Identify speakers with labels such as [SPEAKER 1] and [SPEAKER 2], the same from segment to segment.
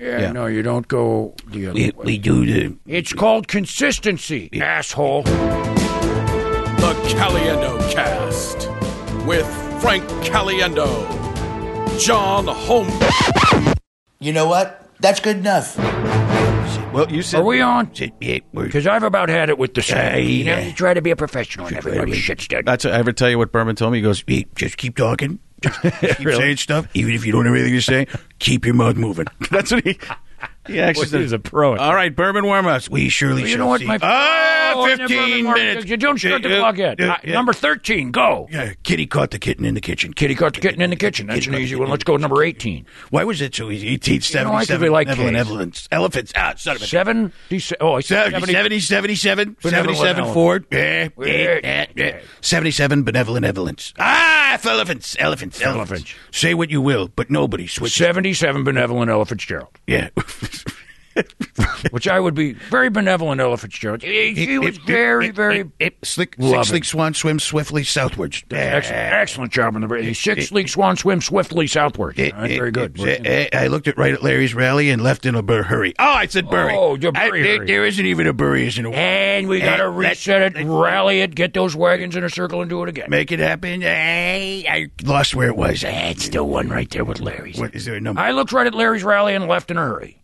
[SPEAKER 1] Yeah,
[SPEAKER 2] Yeah.
[SPEAKER 1] no, you don't go the other
[SPEAKER 2] We,
[SPEAKER 1] way.
[SPEAKER 2] we do the.
[SPEAKER 1] It's called consistency, asshole.
[SPEAKER 3] The Caliendo Cast with Frank Caliendo, John Holmes.
[SPEAKER 4] You know what? That's good enough.
[SPEAKER 2] Well, you said.
[SPEAKER 1] Are we on?
[SPEAKER 2] Said, yeah, we're,
[SPEAKER 1] Because I've about had it with the same.
[SPEAKER 2] Yeah,
[SPEAKER 1] you know,
[SPEAKER 2] yeah.
[SPEAKER 1] you try to be a professional and everybody
[SPEAKER 2] be-
[SPEAKER 1] shits down.
[SPEAKER 2] that's I ever tell you what Berman told me. He goes, "Hey, just keep talking, just keep saying stuff, even if you don't have anything to say. Keep your mouth moving." That's what he. He actually
[SPEAKER 5] Well, he was a pro at
[SPEAKER 2] All right, Berman warm-ups. We surely
[SPEAKER 1] You
[SPEAKER 2] shall
[SPEAKER 1] know what,
[SPEAKER 2] see.
[SPEAKER 1] my
[SPEAKER 2] ah,
[SPEAKER 1] Oh, and everybody
[SPEAKER 2] fifteen
[SPEAKER 1] marks-
[SPEAKER 2] minutes.
[SPEAKER 1] You don't shut the
[SPEAKER 2] Yeah,
[SPEAKER 1] plug yet.
[SPEAKER 2] yeah,
[SPEAKER 1] Uh,
[SPEAKER 2] yeah.
[SPEAKER 1] Number thirteen, go.
[SPEAKER 2] Yeah, Kitty caught the kitten in the kitchen.
[SPEAKER 1] Kitty caught the kitten in the kitchen. That's an
[SPEAKER 2] Kitty caught
[SPEAKER 1] easy
[SPEAKER 2] the
[SPEAKER 1] one.
[SPEAKER 2] kitten
[SPEAKER 1] Let's go number eighteen.
[SPEAKER 2] Why was it so easy?
[SPEAKER 1] You know, I could
[SPEAKER 2] 1877.
[SPEAKER 1] be like
[SPEAKER 2] Evelyn,
[SPEAKER 1] Case.
[SPEAKER 2] Evelyn, elephants. Ah, son of a.
[SPEAKER 1] Seven. Oh, I said 70.
[SPEAKER 2] 70, 70, 77,
[SPEAKER 1] Benevolent
[SPEAKER 2] 77
[SPEAKER 1] Evelyn.
[SPEAKER 2] Ford. Eh, eh,
[SPEAKER 1] Yeah.
[SPEAKER 2] eh, eh. 77 benevolent elephants. Ah, elephants, elephants, elephants.
[SPEAKER 1] Elephants.
[SPEAKER 2] Say what you will, but nobody switches.
[SPEAKER 1] Seventy-seven benevolent Ella Fitzgerald,
[SPEAKER 2] yeah.
[SPEAKER 1] which I would be very benevolent Ella Fitzgerald. She she was very, very
[SPEAKER 2] Slick,
[SPEAKER 1] loving.
[SPEAKER 2] six league swan swims swiftly southwards.
[SPEAKER 1] Excellent, excellent job on the bridge. Six league swan swim swiftly southward.
[SPEAKER 2] Eh,
[SPEAKER 1] All right,
[SPEAKER 2] eh,
[SPEAKER 1] very good.
[SPEAKER 2] eh, eh, I looked at right at Larry's rally and left in a bur- hurry. Oh, I said bury.
[SPEAKER 1] Oh, you're
[SPEAKER 2] I-
[SPEAKER 1] bury
[SPEAKER 2] there-
[SPEAKER 1] hurry.
[SPEAKER 2] there isn't even a bury, isn't it?
[SPEAKER 1] And we got
[SPEAKER 2] Eh,
[SPEAKER 1] to
[SPEAKER 2] that-
[SPEAKER 1] reset it,
[SPEAKER 2] that-
[SPEAKER 1] rally it, get those wagons in a circle, and do it again.
[SPEAKER 2] Make it happen. Hey, I lost where it was. Eh,
[SPEAKER 1] It's still one right there with Larry's.
[SPEAKER 2] What is there a number?
[SPEAKER 1] I looked right at Larry's rally and left in a hurry.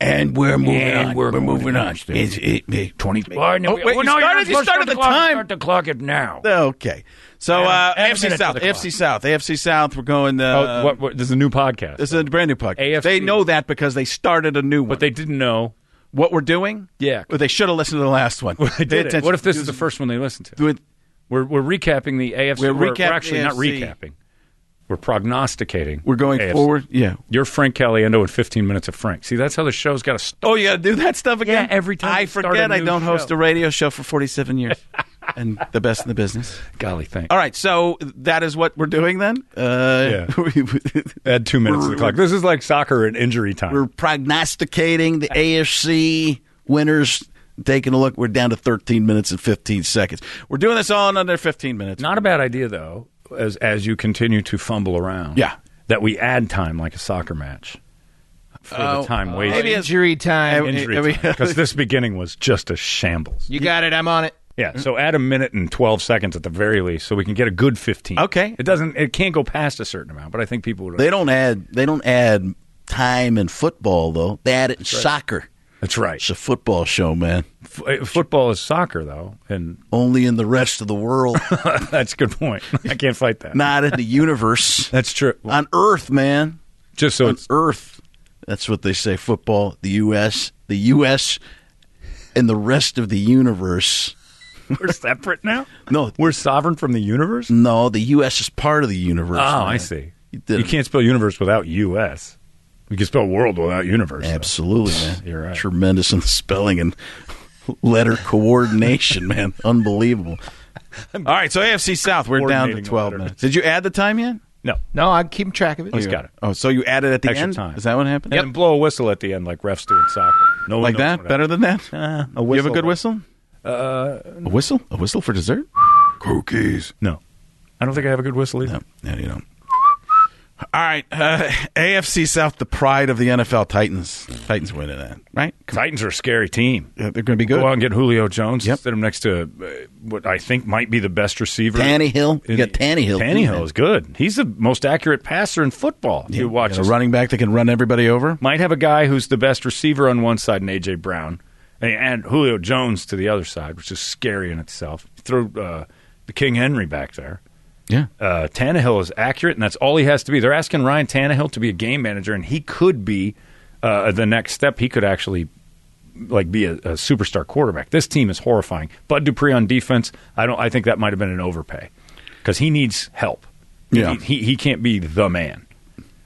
[SPEAKER 2] and we're moving
[SPEAKER 1] And
[SPEAKER 2] on.
[SPEAKER 1] we're
[SPEAKER 2] We're, moving on.
[SPEAKER 1] Steve.
[SPEAKER 2] It's- it- it-
[SPEAKER 1] Twenty. Well, no,
[SPEAKER 2] Oh,
[SPEAKER 1] we-
[SPEAKER 2] wait,
[SPEAKER 1] well,
[SPEAKER 2] you
[SPEAKER 1] no,
[SPEAKER 2] started-
[SPEAKER 1] you're not
[SPEAKER 2] you
[SPEAKER 1] supposed to
[SPEAKER 2] started
[SPEAKER 1] the
[SPEAKER 2] the
[SPEAKER 1] clock,
[SPEAKER 2] time.
[SPEAKER 1] Start the clock at now.
[SPEAKER 5] Okay.
[SPEAKER 6] So uh,
[SPEAKER 1] Adam,
[SPEAKER 6] AFC
[SPEAKER 1] minute to
[SPEAKER 6] South,
[SPEAKER 1] the clock.
[SPEAKER 6] AFC South, AFC South. We're going.
[SPEAKER 5] Oh,
[SPEAKER 6] Uh,
[SPEAKER 5] what, what, this is a new podcast.
[SPEAKER 6] This is a brand new podcast.
[SPEAKER 5] AFC.
[SPEAKER 6] They know that because they started a new one.
[SPEAKER 5] but they didn't know.
[SPEAKER 6] what we're doing?
[SPEAKER 5] Yeah.
[SPEAKER 6] Well, they should have listened to the last one.
[SPEAKER 5] They
[SPEAKER 6] Pay
[SPEAKER 5] did it.
[SPEAKER 6] attention.
[SPEAKER 5] What if this is the first one they listened to?
[SPEAKER 6] Do it-
[SPEAKER 5] We're, we're recapping the AFC.
[SPEAKER 6] We're recapping
[SPEAKER 5] actually
[SPEAKER 6] the
[SPEAKER 5] not
[SPEAKER 6] AFC.
[SPEAKER 5] recapping. We're prognosticating.
[SPEAKER 6] We're going
[SPEAKER 5] AFC.
[SPEAKER 6] forward. Yeah.
[SPEAKER 5] You're Frank Caliendo with 15 minutes of Frank. See, that's how the show's got to start.
[SPEAKER 6] Oh, you got to do that stuff again.
[SPEAKER 5] Yeah, every time
[SPEAKER 6] I
[SPEAKER 5] we start a
[SPEAKER 6] forget. I
[SPEAKER 5] new
[SPEAKER 6] don't host
[SPEAKER 5] show.
[SPEAKER 6] a radio show for forty-seven years, and the best in the business.
[SPEAKER 5] Golly, thank.
[SPEAKER 6] All right, so that is what we're doing then. Uh, yeah.
[SPEAKER 5] Add two minutes to the clock. This is like soccer and injury time.
[SPEAKER 2] we're prognosticating the AFC winners. Taking a look, we're down to 13 minutes and 15 seconds.
[SPEAKER 6] We're doing this all in under fifteen minutes.
[SPEAKER 5] Not a bad idea though, as as you continue to fumble around.
[SPEAKER 6] Yeah.
[SPEAKER 5] That we add time like a soccer match for
[SPEAKER 2] Oh,
[SPEAKER 5] the time wasted.
[SPEAKER 6] maybe it's-
[SPEAKER 7] Injury time.
[SPEAKER 6] I
[SPEAKER 5] injury
[SPEAKER 6] mean-
[SPEAKER 5] because this beginning was just a shambles.
[SPEAKER 7] You got it. I'm on it.
[SPEAKER 5] Yeah, so add a minute and twelve seconds at the very least, so we can get a good fifteen.
[SPEAKER 6] Okay.
[SPEAKER 5] it doesn't, it can't go past a certain amount, but I think people would.
[SPEAKER 2] They don't add they don't add time in football though. They add it in soccer.
[SPEAKER 5] That's right.
[SPEAKER 2] It's a football show, man.
[SPEAKER 5] F- uh, football is soccer though, and
[SPEAKER 2] Only in the rest of the world,
[SPEAKER 5] that's a good point. I can't fight that.
[SPEAKER 2] not in the universe.
[SPEAKER 5] That's true.
[SPEAKER 2] On Earth, man.
[SPEAKER 5] Just so
[SPEAKER 2] On
[SPEAKER 5] it's
[SPEAKER 2] Earth. That's what they say football, the US, the US and the rest of the universe.
[SPEAKER 5] we're separate now.
[SPEAKER 2] No.
[SPEAKER 5] We're sovereign from the universe.
[SPEAKER 2] No, the US is part of the universe.
[SPEAKER 5] Oh, I
[SPEAKER 2] man.
[SPEAKER 5] see.
[SPEAKER 2] You did
[SPEAKER 5] You
[SPEAKER 2] it.
[SPEAKER 5] can't spell universe without U.S. You can spell world without universe. though.
[SPEAKER 2] Absolutely, man.
[SPEAKER 5] You're right.
[SPEAKER 2] Tremendous in spelling and letter coordination, man. Unbelievable.
[SPEAKER 6] All right, so AFC South, we're down to
[SPEAKER 5] Coordinating the
[SPEAKER 6] 12
[SPEAKER 5] letter.
[SPEAKER 6] minutes. Did you add the time yet?
[SPEAKER 5] No,
[SPEAKER 7] No, I keep track of it.
[SPEAKER 5] he's got it.
[SPEAKER 6] Oh, so you added at the
[SPEAKER 5] Extra
[SPEAKER 6] end?
[SPEAKER 5] time.
[SPEAKER 6] Is that what happened?
[SPEAKER 5] And blow a whistle at the end like refs do in soccer. No one
[SPEAKER 6] Like
[SPEAKER 5] knows
[SPEAKER 6] that?
[SPEAKER 5] what Uh,
[SPEAKER 6] Better than
[SPEAKER 5] a
[SPEAKER 6] that? you have a
[SPEAKER 5] whistle.
[SPEAKER 6] good whistle? Uh, a whistle? A whistle for dessert? Cookies.
[SPEAKER 5] happened. No, I don't think I have a good whistle either.
[SPEAKER 2] No, no, you don't.
[SPEAKER 6] All right, uh, AFC South, the pride of the NFL, Titans. Titans winning that, right?
[SPEAKER 5] Titans are a scary team.
[SPEAKER 6] Yeah, they're going to be good.
[SPEAKER 5] Go out and get Julio Jones.
[SPEAKER 6] Yep.
[SPEAKER 5] Sit him next to uh, what I think might be the best receiver.
[SPEAKER 2] Tannehill. You
[SPEAKER 5] in
[SPEAKER 2] got
[SPEAKER 5] the-
[SPEAKER 2] Tannehill.
[SPEAKER 5] Tannehill is good. He's the most accurate passer in football. you watch
[SPEAKER 6] Got
[SPEAKER 5] this.
[SPEAKER 6] a running back that can run everybody over.
[SPEAKER 5] Might have a guy who's the best receiver on one side and AJ Brown, and, and Julio Jones to the other side, which is scary in itself. Throw uh, the King Henry back there.
[SPEAKER 6] Yeah.
[SPEAKER 5] uh, Tannehill is accurate, and that's all he has to be. They're asking Ryan Tannehill to be a game manager, and he could be uh, the next step. He could actually like be a, a superstar quarterback. This team is horrifying. Bud Dupree on defense, I don't. I think that might have been an overpay because he needs help.
[SPEAKER 6] Yeah.
[SPEAKER 5] he, he he can't be the man.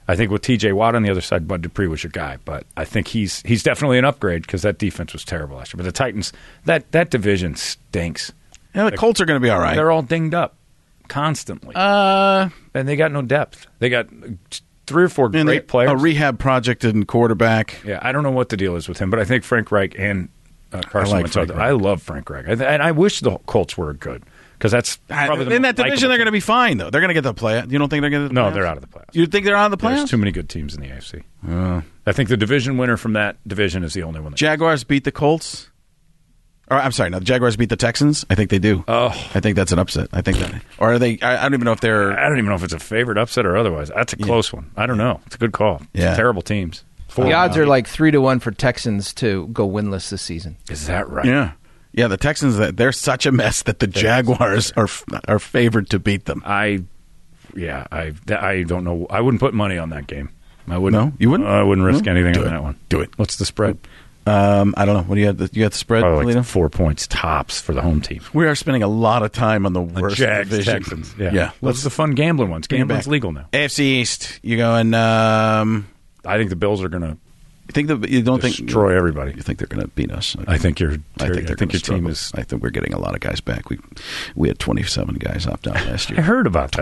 [SPEAKER 5] I think with T.J. Watt on the other side, Bud Dupree was your guy, but I think he's he's definitely an upgrade because that defense was terrible last year. But the Titans, that that division stinks.
[SPEAKER 6] Yeah, the Colts are going to be all right.
[SPEAKER 5] They're all dinged up constantly
[SPEAKER 6] Uh,
[SPEAKER 5] and they got no depth. They got three or four
[SPEAKER 6] and
[SPEAKER 5] great
[SPEAKER 6] they-
[SPEAKER 5] players.
[SPEAKER 6] A rehab project and quarterback.
[SPEAKER 5] yeah, I don't know what the deal is with him, but I think Frank Reich and uh, Carson
[SPEAKER 6] I like
[SPEAKER 5] Wentz.
[SPEAKER 6] Frank
[SPEAKER 5] are-
[SPEAKER 6] Reich.
[SPEAKER 5] I love Frank Reich, I th- and I wish the Colts were good because that's probably the
[SPEAKER 6] uh, in
[SPEAKER 5] most
[SPEAKER 6] that division,
[SPEAKER 5] likable
[SPEAKER 6] they're going to
[SPEAKER 5] team.
[SPEAKER 6] be fine though. They're going to get the play. You don't think they're going to?
[SPEAKER 5] No, they're out of the playoffs.
[SPEAKER 6] You think they're out of the playoffs? Uh.
[SPEAKER 5] There's too many good teams in the AFC. I think the division winner from that division is the only one. That,
[SPEAKER 6] Jaguars beat the Colts. Or I'm sorry, no, the Jaguars beat the Texans. I think they do. Oh, I think that's an upset. I think that, or are they? I, I don't even know if they're.
[SPEAKER 5] I don't even know if it's a favorite upset or otherwise. That's a close one. I don't know. It's a good call. It's
[SPEAKER 6] Yeah.
[SPEAKER 5] terrible teams. Four.
[SPEAKER 7] The odds are like three to one for Texans to go winless this season.
[SPEAKER 5] Is that right?
[SPEAKER 6] Yeah, yeah. The Texans, they're such a mess that the Jaguars are are favored to beat them.
[SPEAKER 5] I, yeah, I, th- I don't know. I wouldn't put money on that game. I wouldn't.
[SPEAKER 6] No? You wouldn't?
[SPEAKER 5] I wouldn't risk
[SPEAKER 6] No?
[SPEAKER 5] anything
[SPEAKER 6] Do
[SPEAKER 5] on
[SPEAKER 6] it.
[SPEAKER 5] that one.
[SPEAKER 6] Do it.
[SPEAKER 5] What's the spread?
[SPEAKER 6] Um, I don't know. What do you have? The, you have the spread,
[SPEAKER 5] Probably like
[SPEAKER 6] Polito?
[SPEAKER 5] four points tops for the home team.
[SPEAKER 6] We are spending a lot of time on the worst
[SPEAKER 5] Jags,
[SPEAKER 6] division.
[SPEAKER 5] Texans. Yeah.
[SPEAKER 6] yeah.
[SPEAKER 5] What's the fun gambling ones?
[SPEAKER 6] bring it
[SPEAKER 5] Gambling's
[SPEAKER 6] back.
[SPEAKER 5] legal now.
[SPEAKER 6] AFC East. You going? Um,
[SPEAKER 5] I think the Bills are going
[SPEAKER 6] you think that you don't
[SPEAKER 5] to
[SPEAKER 6] think
[SPEAKER 5] destroy everybody.
[SPEAKER 6] You think they're going to beat us?
[SPEAKER 5] I think your
[SPEAKER 6] I think, they're
[SPEAKER 5] I think
[SPEAKER 6] gonna
[SPEAKER 5] your team
[SPEAKER 6] struggle.
[SPEAKER 5] is.
[SPEAKER 6] I think we're getting a lot of guys back. We we had 27 guys opt out last year.
[SPEAKER 5] I heard about that.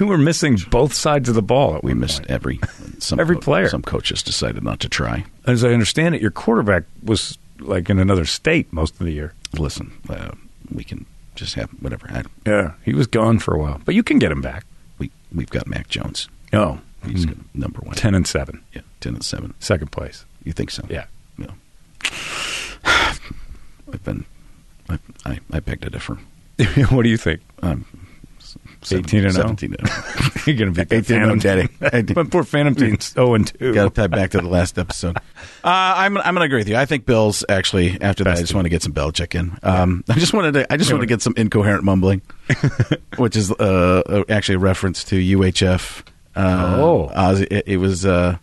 [SPEAKER 5] You were missing both sides of the ball. At
[SPEAKER 6] we
[SPEAKER 5] one
[SPEAKER 6] missed
[SPEAKER 5] point.
[SPEAKER 6] every some
[SPEAKER 5] Every player.
[SPEAKER 6] Some coaches decided not to try.
[SPEAKER 5] As I understand it, your quarterback was like in another state most of the year.
[SPEAKER 6] Listen, uh, we can just have whatever. I,
[SPEAKER 5] Yeah, he was gone for a while, but you can get him back.
[SPEAKER 6] we we've got Mac Jones.
[SPEAKER 5] No,
[SPEAKER 6] He's gonna- number one.
[SPEAKER 5] ten and seven,
[SPEAKER 6] Yeah, ten and seven.
[SPEAKER 5] second place.
[SPEAKER 6] You think so?
[SPEAKER 5] Yeah.
[SPEAKER 6] Yeah. I've been. I I, I picked a different.
[SPEAKER 5] what do you think?
[SPEAKER 6] Um,
[SPEAKER 5] 18 and oh. 0?
[SPEAKER 6] 17 and 0.
[SPEAKER 5] You're going to be
[SPEAKER 6] Eighteen and daddy.
[SPEAKER 5] oh. but poor Phantom team's zero and two.
[SPEAKER 6] Got to tie back to the last episode. Uh, I'm I'm gonna agree with you. I think Bills actually. After that, I just want to get some Belichick in. Um, I just wanted to. I just wanted to get some incoherent mumbling, which is uh, uh, actually a reference to UHF. Uh,
[SPEAKER 5] Oh.
[SPEAKER 6] Ozzy- it, it was. Uh,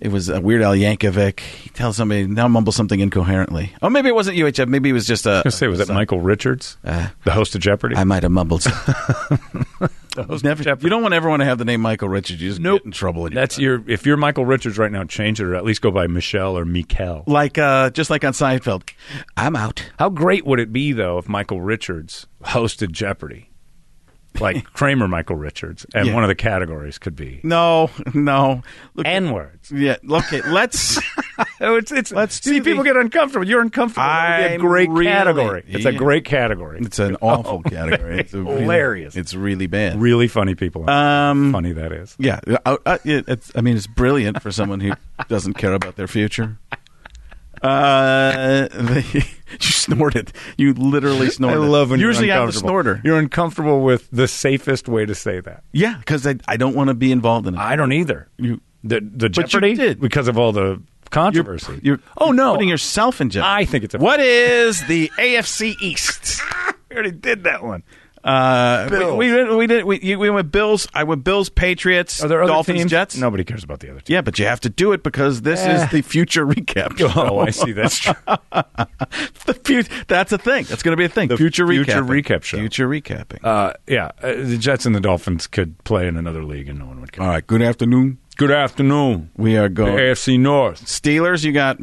[SPEAKER 6] it was uh, Weird Al Yankovic. He tells somebody now mumble something incoherently. Oh, maybe it wasn't UHF. Maybe it was just a.
[SPEAKER 5] I was gonna say, was that Michael Richards, the host of Jeopardy?
[SPEAKER 6] I might have mumbled. something.
[SPEAKER 5] host
[SPEAKER 6] Never,
[SPEAKER 5] of Jeopardy.
[SPEAKER 6] you don't want everyone to have the name Michael Richards. You just
[SPEAKER 5] Nope.
[SPEAKER 6] get in trouble. in your
[SPEAKER 5] That's your. If you're Michael Richards right now, change it, or at least go by Michelle or Mikel.
[SPEAKER 6] like uh just like on Seinfeld. I'm out.
[SPEAKER 5] How great would it be though if Michael Richards hosted Jeopardy, like Kramer Michael Richards, and
[SPEAKER 6] Yeah.
[SPEAKER 5] one of the categories could be
[SPEAKER 6] No, no. Look,
[SPEAKER 5] N words.
[SPEAKER 6] yeah, okay, let's
[SPEAKER 5] Oh, it's it's.
[SPEAKER 6] Let's do
[SPEAKER 5] see
[SPEAKER 6] the-
[SPEAKER 5] people get uncomfortable. You're uncomfortable. That would be a
[SPEAKER 6] I'm
[SPEAKER 5] great
[SPEAKER 6] really-
[SPEAKER 5] category. It's a
[SPEAKER 6] Yeah.
[SPEAKER 5] great category.
[SPEAKER 6] It's an awful category. It's a really-
[SPEAKER 5] Hilarious.
[SPEAKER 6] it's really bad.
[SPEAKER 5] really funny people.
[SPEAKER 6] Um
[SPEAKER 5] funny that is.
[SPEAKER 6] yeah, I, I, yeah, it's, I mean it's brilliant for someone who doesn't care about their future. Uh, the, you snorted. You literally snorted. usually I'm the snorter.
[SPEAKER 5] You're uncomfortable with the safest way to say that.
[SPEAKER 6] Yeah, because I, I don't want to be involved in it.
[SPEAKER 5] I don't either.
[SPEAKER 6] You-
[SPEAKER 5] the the
[SPEAKER 6] But you
[SPEAKER 5] Jeopardy
[SPEAKER 6] did.
[SPEAKER 5] because of all the
[SPEAKER 6] you're,
[SPEAKER 5] controversy.
[SPEAKER 6] you're
[SPEAKER 5] oh no,
[SPEAKER 6] putting yourself in jeopardy.
[SPEAKER 5] I think it's a
[SPEAKER 6] what is the AFC East?
[SPEAKER 5] we already did that one.
[SPEAKER 6] Uh,
[SPEAKER 5] Bills.
[SPEAKER 6] we, we did. We did. We, you- we went Bills. I went Bills. Patriots.
[SPEAKER 5] Are there other
[SPEAKER 6] Dolphins.
[SPEAKER 5] teams?
[SPEAKER 6] Jets.
[SPEAKER 5] Nobody cares about the other teams.
[SPEAKER 6] Yeah, but you have to do it because this is the future recap.
[SPEAKER 5] Eh. Oh, I see. That's true.
[SPEAKER 6] the future. That's a thing. That's going to be a thing. future
[SPEAKER 5] future
[SPEAKER 6] recapping.
[SPEAKER 5] recap show.
[SPEAKER 6] Future recapping.
[SPEAKER 5] Uh, yeah, uh, the Jets and the Dolphins could play in another league, and no one would care.
[SPEAKER 6] All right. Good afternoon.
[SPEAKER 5] Good afternoon.
[SPEAKER 6] We are
[SPEAKER 5] The
[SPEAKER 6] going.
[SPEAKER 5] AFC North.
[SPEAKER 6] Steelers. You got.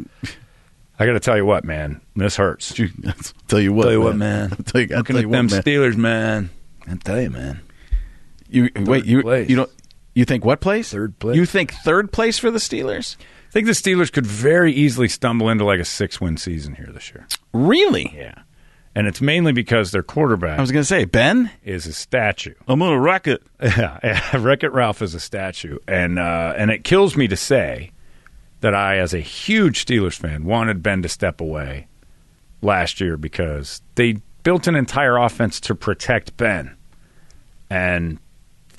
[SPEAKER 5] I got to tell you what, man. This hurts.
[SPEAKER 6] You, tell you what.
[SPEAKER 1] Tell you what, man.
[SPEAKER 6] I'll tell you, I'll
[SPEAKER 1] Looking
[SPEAKER 6] tell you
[SPEAKER 1] at
[SPEAKER 6] what,
[SPEAKER 1] them
[SPEAKER 6] man.
[SPEAKER 1] Steelers, man. I tell you, man.
[SPEAKER 6] you wait. You
[SPEAKER 1] place.
[SPEAKER 6] you don't. You think what place?
[SPEAKER 1] Third place.
[SPEAKER 6] You think third place for the Steelers?
[SPEAKER 5] I think the Steelers could very easily stumble into like a six-win season here this year.
[SPEAKER 6] Really?
[SPEAKER 5] Yeah, and it's mainly because their quarterback
[SPEAKER 6] I was going to say Ben.
[SPEAKER 5] is a statue.
[SPEAKER 6] I'm going to rock it.
[SPEAKER 5] Yeah, Wreck It Ralph is a statue, and uh, and it kills me to say that I, as a huge Steelers fan, wanted Ben to step away last year because they built an entire offense to protect Ben, and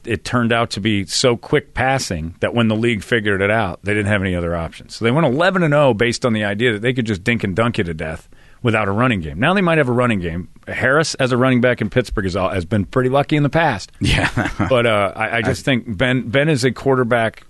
[SPEAKER 5] it turned out to be so quick passing that when the league figured it out, they didn't have any other options. So they went eleven and zero based on the idea that they could just dink and dunk you to death without a running game. Now they might have a running game. Harris as a running back in Pittsburgh is all, has been pretty lucky in the past
[SPEAKER 6] Yeah.
[SPEAKER 5] but uh, I, I just think Ben Ben is a quarterback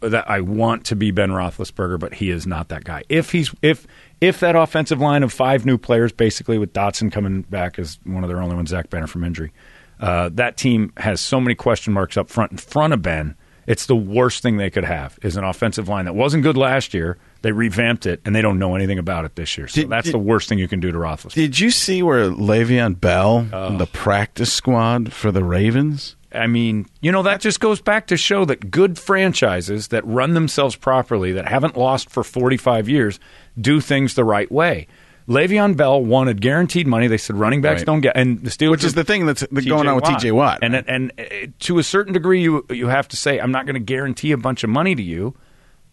[SPEAKER 5] that I want to be Ben Roethlisberger, but he is not that guy. If he's if if that offensive line of five new players, basically with Dotson coming back as one of their only ones, Zach Banner from injury, uh, that team has so many question marks up front in front of Ben. It's the worst thing they could have is an offensive line that wasn't good last year. They revamped it and they don't know anything about it this year. So
[SPEAKER 6] Did-
[SPEAKER 5] that's
[SPEAKER 6] did-
[SPEAKER 5] the worst thing you can do to Roethlisberger.
[SPEAKER 6] Did you see where Le'Veon Bell,
[SPEAKER 5] Oh.
[SPEAKER 6] the practice squad for the Ravens?
[SPEAKER 5] I mean, you know, that just goes back to show that good franchises that run themselves properly, that haven't lost for 45 years, do things the right way. Le'Veon Bell wanted guaranteed money. They said running backs
[SPEAKER 6] Right.
[SPEAKER 5] don't get, and the Steelers,
[SPEAKER 6] Which is the thing that's going on with T.J. Watt,
[SPEAKER 5] and
[SPEAKER 6] right?
[SPEAKER 5] and uh, to a certain degree, you you have to say, I'm not going to guarantee a bunch of money to you.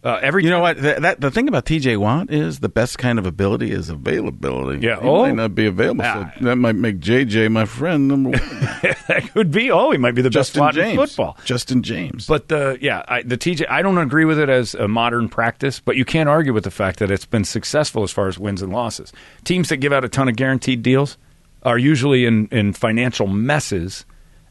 [SPEAKER 5] Uh, every
[SPEAKER 6] You know what? That, that the thing about T.J. Watt is the best kind of ability is availability.
[SPEAKER 5] Yeah.
[SPEAKER 6] he
[SPEAKER 5] Oh.
[SPEAKER 6] might not be available,
[SPEAKER 5] Ah.
[SPEAKER 6] so that might make J.J. my friend number one.
[SPEAKER 5] that could be. Oh, he might be the best
[SPEAKER 6] Justin
[SPEAKER 5] slot
[SPEAKER 6] James.
[SPEAKER 5] in football.
[SPEAKER 6] Justin James.
[SPEAKER 5] But the yeah, I, the TJ. I don't agree with it as a modern practice, but you can't argue with the fact that it's been successful as far as wins and losses. Teams that give out a ton of guaranteed deals are usually in, in financial messes,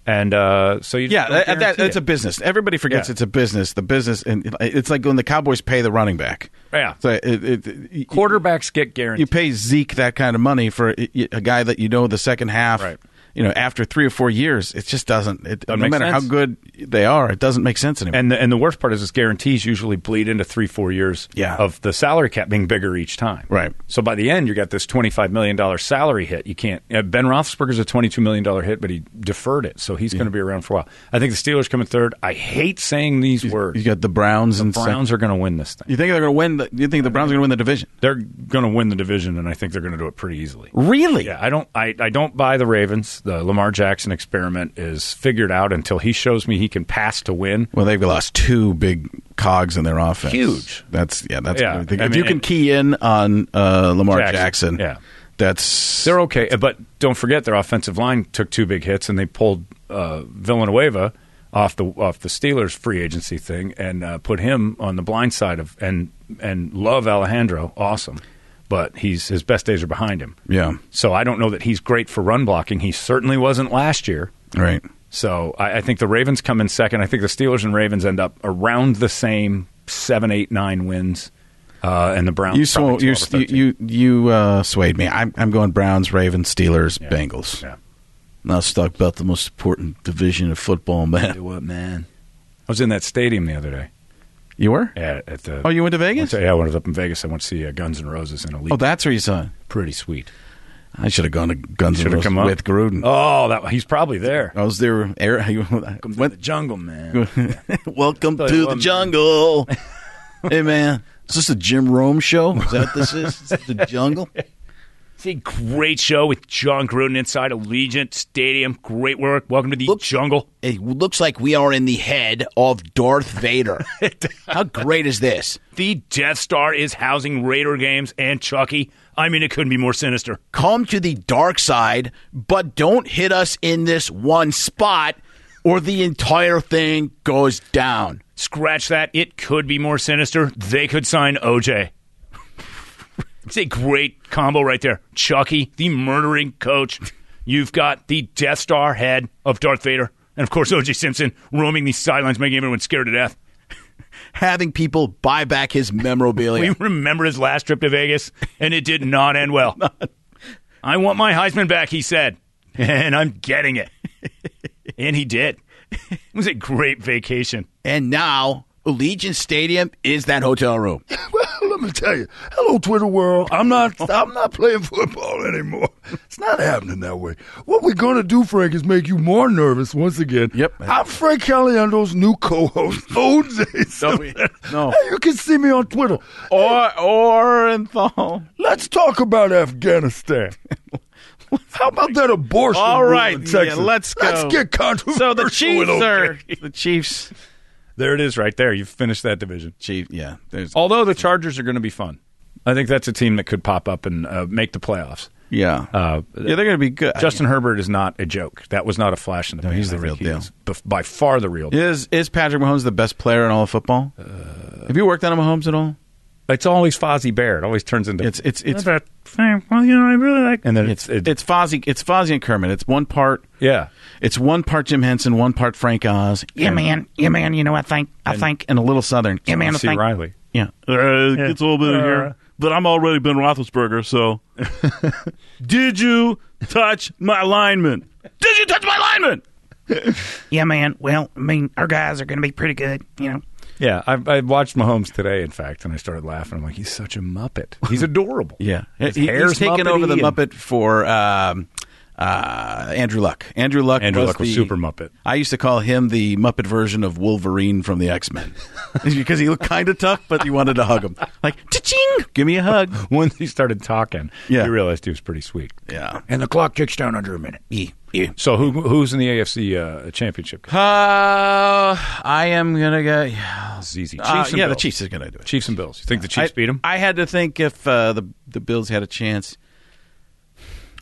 [SPEAKER 5] and uh, so you just
[SPEAKER 6] yeah,
[SPEAKER 5] don't
[SPEAKER 6] that, that,
[SPEAKER 5] guarantee
[SPEAKER 6] that's
[SPEAKER 5] it.
[SPEAKER 6] a business. Everybody forgets
[SPEAKER 5] Yeah.
[SPEAKER 6] it's a business. The business, and it's like when the Cowboys pay the running back.
[SPEAKER 5] Yeah.
[SPEAKER 6] so it, it, it,
[SPEAKER 5] quarterbacks get
[SPEAKER 6] you
[SPEAKER 5] guaranteed.
[SPEAKER 6] pay Zeke that kind of money for a a guy that you know the second half.
[SPEAKER 5] Right.
[SPEAKER 6] You know, after three or four years, it just doesn't. It,
[SPEAKER 5] Doesn't
[SPEAKER 6] no
[SPEAKER 5] make
[SPEAKER 6] matter
[SPEAKER 5] sense.
[SPEAKER 6] how good they are, it doesn't make sense anymore.
[SPEAKER 5] and the, and the worst part is, is guarantees usually bleed into three four years
[SPEAKER 6] Yeah.
[SPEAKER 5] of the salary cap being bigger each time.
[SPEAKER 6] Right.
[SPEAKER 5] So by the end, you got this twenty five million dollar salary hit. You can't. Uh, ben Roethlisberger's a twenty two million dollar hit, but he deferred it, so he's going to be around for a while. I think the Steelers come in third. I hate saying these words.
[SPEAKER 6] you got the Browns and sec-
[SPEAKER 5] Browns are going to win this thing.
[SPEAKER 6] You think they're going to win? The, you think the Browns are going to win the division?
[SPEAKER 5] They're going to win the division, and I think they're going to do it pretty easily.
[SPEAKER 6] Really?
[SPEAKER 5] Yeah, I don't. I, I don't buy the Ravens. The Lamar Jackson experiment is figured out until he shows me he can pass to win.
[SPEAKER 6] Well, they've lost two big cogs in their offense.
[SPEAKER 5] Huge.
[SPEAKER 6] That's yeah. That's
[SPEAKER 5] Yeah,
[SPEAKER 6] if
[SPEAKER 5] I mean,
[SPEAKER 6] you can
[SPEAKER 5] it-
[SPEAKER 6] key in on uh, Lamar Jackson,
[SPEAKER 5] Jackson, yeah.
[SPEAKER 6] that's
[SPEAKER 5] They're okay, eh, but don't forget their offensive line took two big hits, and they pulled uh, Villanueva off the off the Steelers free agency thing and uh, put him on the blind side of and and love Alejandro, awesome, but he's his best days are behind him.
[SPEAKER 6] Yeah.
[SPEAKER 5] So I don't know that he's great for run blocking. He certainly wasn't last year.
[SPEAKER 6] right.
[SPEAKER 5] So I, I think the Ravens come in second. I think the Steelers and Ravens end up around the same seven, eight, nine wins, uh, and the Browns.
[SPEAKER 6] You
[SPEAKER 5] probably
[SPEAKER 6] sw- you
[SPEAKER 5] 12 or 13.
[SPEAKER 6] you you uh, swayed me. I'm I'm going Browns, Ravens, Steelers, Bengals.
[SPEAKER 5] Yeah.
[SPEAKER 6] Now let's talk about the most important division of football, man.
[SPEAKER 5] What man? I was in that stadium the other day.
[SPEAKER 6] You were?
[SPEAKER 5] At, at the
[SPEAKER 6] Oh, you went to Vegas?
[SPEAKER 5] yeah, I went up in Vegas. I went to see uh, Guns N' Roses and Elite.
[SPEAKER 6] Oh, that's where you saw it.
[SPEAKER 5] pretty sweet.
[SPEAKER 6] I should have gone to Guns
[SPEAKER 5] Should
[SPEAKER 6] N'
[SPEAKER 5] have
[SPEAKER 6] Roses
[SPEAKER 5] come up
[SPEAKER 6] with Gruden.
[SPEAKER 5] Oh, that he's probably there.
[SPEAKER 6] I was there. Air,
[SPEAKER 5] Went
[SPEAKER 6] went,
[SPEAKER 5] the jungle, man.
[SPEAKER 6] Welcome
[SPEAKER 5] Tell you
[SPEAKER 6] to
[SPEAKER 5] what,
[SPEAKER 6] the
[SPEAKER 5] man.
[SPEAKER 6] jungle. hey, man. Is this the Jim Rome show? Is that what this is? Is this the jungle?
[SPEAKER 1] It's a great show with John Gruden inside Allegiant Stadium. Great work. Welcome to the jungle.
[SPEAKER 4] It looks like we are in the head of Darth Vader. How great is this?
[SPEAKER 1] The Death Star is housing Raider games and Chucky. I mean, it couldn't be more sinister.
[SPEAKER 4] Come to the dark side, but don't hit us in this one spot or the entire thing goes down.
[SPEAKER 1] Scratch that. It could be more sinister. They could sign OJ. It's a great combo right there. Chucky, the murdering coach. You've got the Death Star head of Darth Vader. And of course, OJ Simpson roaming the sidelines, making everyone scared to death.
[SPEAKER 4] Having people buy back his memorabilia.
[SPEAKER 1] We remember his last trip to Vegas, and it did not end well. I want my Heisman back, he said, and I'm getting it. and he did. It was a great vacation.
[SPEAKER 4] and now, Allegiant Stadium is that hotel room.
[SPEAKER 8] Let me tell you, hello Twitter world. I'm not. I'm not playing football anymore. It's not happening that way. What we're gonna do, Frank, is make you more nervous once again.
[SPEAKER 6] Yep.
[SPEAKER 8] I'm Frank Caliendo's new co-host, OJ.
[SPEAKER 6] no.
[SPEAKER 8] Hey, you can see me on Twitter.
[SPEAKER 6] Or, or and Thal.
[SPEAKER 8] Let's talk about Afghanistan. How about that abortion?
[SPEAKER 6] All
[SPEAKER 8] rule
[SPEAKER 6] right,
[SPEAKER 8] in
[SPEAKER 6] yeah,
[SPEAKER 8] Texas?
[SPEAKER 6] let's go.
[SPEAKER 8] Let's get controversial.
[SPEAKER 6] So the
[SPEAKER 8] with
[SPEAKER 6] Chiefs
[SPEAKER 8] OJ.
[SPEAKER 6] are the Chiefs.
[SPEAKER 5] There it is, right there. You've finished that division.
[SPEAKER 6] Chief, yeah. There's,
[SPEAKER 5] Although the Chargers are going to be fun. I think that's a team that could pop up and uh, make the playoffs.
[SPEAKER 6] yeah.
[SPEAKER 5] Uh,
[SPEAKER 6] yeah, they're going to be good.
[SPEAKER 5] Justin Herbert is not a joke. That was not a flash in the
[SPEAKER 6] No,
[SPEAKER 5] pan.
[SPEAKER 6] he's the
[SPEAKER 5] I
[SPEAKER 6] real
[SPEAKER 5] think he
[SPEAKER 6] deal.
[SPEAKER 5] is bef- by far the real deal.
[SPEAKER 6] Is is Patrick Mahomes the best player in all of football? Have you worked on a Mahomes at all?
[SPEAKER 5] It's always Fozzie Bear. It always turns into
[SPEAKER 6] It's it's it's
[SPEAKER 5] that
[SPEAKER 9] eh,
[SPEAKER 5] thing. Well, you know, I really like. And then
[SPEAKER 6] it's
[SPEAKER 5] it's,
[SPEAKER 6] it's Fozzie it's Fozzie and Kermit. It's one part
[SPEAKER 5] yeah.
[SPEAKER 6] it's one part Jim Henson, one part Frank Oz. Yeah, man, yeah, man. You know, I think I think and a little Southern. Yeah, man, I
[SPEAKER 5] C.
[SPEAKER 6] think.
[SPEAKER 5] Riley.
[SPEAKER 6] Yeah,
[SPEAKER 9] Uh, it gets a little bit in
[SPEAKER 5] Uh.
[SPEAKER 9] here, but I'm already Ben Roethlisberger. So, did you touch my lineman? Did you touch my lineman?
[SPEAKER 10] Yeah, man. Well, I mean, our guys are going to be pretty good, you know.
[SPEAKER 5] Yeah, I, I watched Mahomes today, in fact, and I started laughing. I'm like, he's such a muppet. He's adorable.
[SPEAKER 6] yeah.
[SPEAKER 5] His
[SPEAKER 6] He-
[SPEAKER 5] hair's
[SPEAKER 6] he's taken
[SPEAKER 5] Muppety
[SPEAKER 6] over the
[SPEAKER 5] and-
[SPEAKER 6] Muppet for um, uh, Andrew Luck. Andrew Luck.
[SPEAKER 5] Andrew
[SPEAKER 6] was
[SPEAKER 5] Luck was
[SPEAKER 6] the-
[SPEAKER 5] Super Muppet.
[SPEAKER 6] I used to call him the Muppet version of Wolverine from the X Men because he looked kind of tough, but you wanted to hug him. Like, ching, give me a hug.
[SPEAKER 5] Once he started talking,
[SPEAKER 6] Yeah.
[SPEAKER 5] you realized he was pretty sweet.
[SPEAKER 6] Yeah.
[SPEAKER 1] And the clock ticks down under a minute.
[SPEAKER 5] So who who's in the AFC uh, championship?
[SPEAKER 1] Oh,
[SPEAKER 5] game?
[SPEAKER 6] Uh, I am gonna get.
[SPEAKER 5] It's easy. Chiefs
[SPEAKER 6] Uh,
[SPEAKER 5] and
[SPEAKER 6] yeah, the
[SPEAKER 5] Bills.
[SPEAKER 6] Chiefs is gonna do it.
[SPEAKER 5] Chiefs and Bills. You think the Chiefs
[SPEAKER 6] I,
[SPEAKER 5] beat them?
[SPEAKER 6] I had to think if uh, the the Bills had a chance.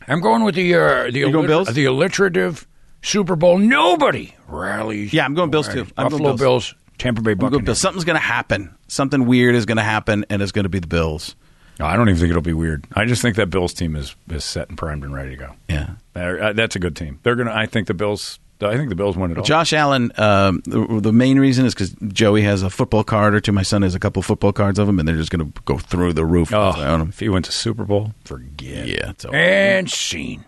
[SPEAKER 1] I'm going with the uh, the,
[SPEAKER 6] You going Bills?
[SPEAKER 1] the alliterative Super Bowl. Nobody rallies.
[SPEAKER 6] Yeah, I'm going Bills,
[SPEAKER 1] rallies.
[SPEAKER 6] too. I'm going
[SPEAKER 1] Buffalo
[SPEAKER 6] Bills.
[SPEAKER 1] Bills. Tampa Bay
[SPEAKER 6] We'll go
[SPEAKER 1] Buccaneers.
[SPEAKER 6] Bills. Something's gonna happen. Something weird is gonna happen, and it's gonna be the Bills.
[SPEAKER 5] No, I don't even think it'll be weird. I just think that Bills team is, is set and primed and ready to go.
[SPEAKER 6] Yeah.
[SPEAKER 5] They're- uh, that's a good team. They're gonna. I think the Bills. I think the Bills win it all.
[SPEAKER 6] Josh Allen, um, the, the main reason is because Joey has a football card or two. My son has a couple football cards of them, and they're just going to go through the roof.
[SPEAKER 5] oh,
[SPEAKER 6] on 'em.
[SPEAKER 5] if he went to Super Bowl, forget.
[SPEAKER 6] Yeah. So.
[SPEAKER 1] And scene.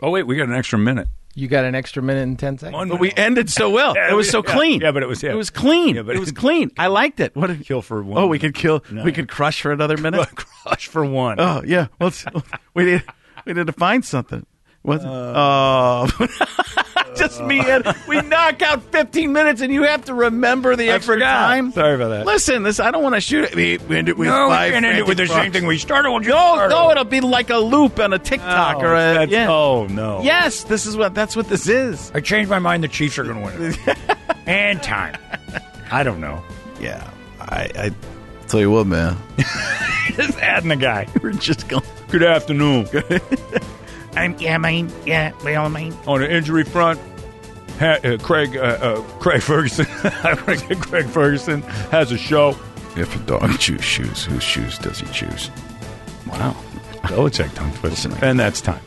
[SPEAKER 5] Oh wait, we got an extra minute.
[SPEAKER 7] You got an extra minute and 10 seconds?
[SPEAKER 6] But we ended so well.
[SPEAKER 5] Yeah,
[SPEAKER 6] it was so
[SPEAKER 5] yeah.
[SPEAKER 6] clean.
[SPEAKER 5] Yeah, but it was- yeah.
[SPEAKER 6] It was clean.
[SPEAKER 5] Yeah, but-
[SPEAKER 6] it was clean. I liked it. What a
[SPEAKER 5] Kill for one.
[SPEAKER 6] Oh, we could kill. We could crush for another minute.
[SPEAKER 5] crush for one.
[SPEAKER 6] oh yeah. Well, it's- we did. We need to find something. What's
[SPEAKER 1] Uh.
[SPEAKER 6] oh, just me and we knock out fifteen minutes, and you have to remember the extra time.
[SPEAKER 5] Sorry about that.
[SPEAKER 6] Listen, this I don't want to shoot it. We we end it with
[SPEAKER 1] No, we
[SPEAKER 6] five
[SPEAKER 1] can't end it
[SPEAKER 6] frantic
[SPEAKER 1] with the
[SPEAKER 6] bucks.
[SPEAKER 1] same thing we started with.
[SPEAKER 6] No, no, it'll be like a loop on a TikTok or a
[SPEAKER 5] That's-
[SPEAKER 6] yeah.
[SPEAKER 5] Oh no.
[SPEAKER 6] Yes, this is what that's what this is.
[SPEAKER 1] I changed my mind. The Chiefs are going to win it. and time.
[SPEAKER 5] I don't know.
[SPEAKER 6] Yeah, I, I tell you what, man,
[SPEAKER 5] Just adding the guy.
[SPEAKER 6] we're just going.
[SPEAKER 5] Good afternoon.
[SPEAKER 10] Um, yeah, man. Yeah, well, man.
[SPEAKER 5] On the injury front, ha- uh, Craig uh, uh, Craig Ferguson. I want to get Craig Ferguson has a show.
[SPEAKER 2] If a dog chews shoes, whose shoes does he choose?
[SPEAKER 5] Wow. Belichick tongue twister. And that's time.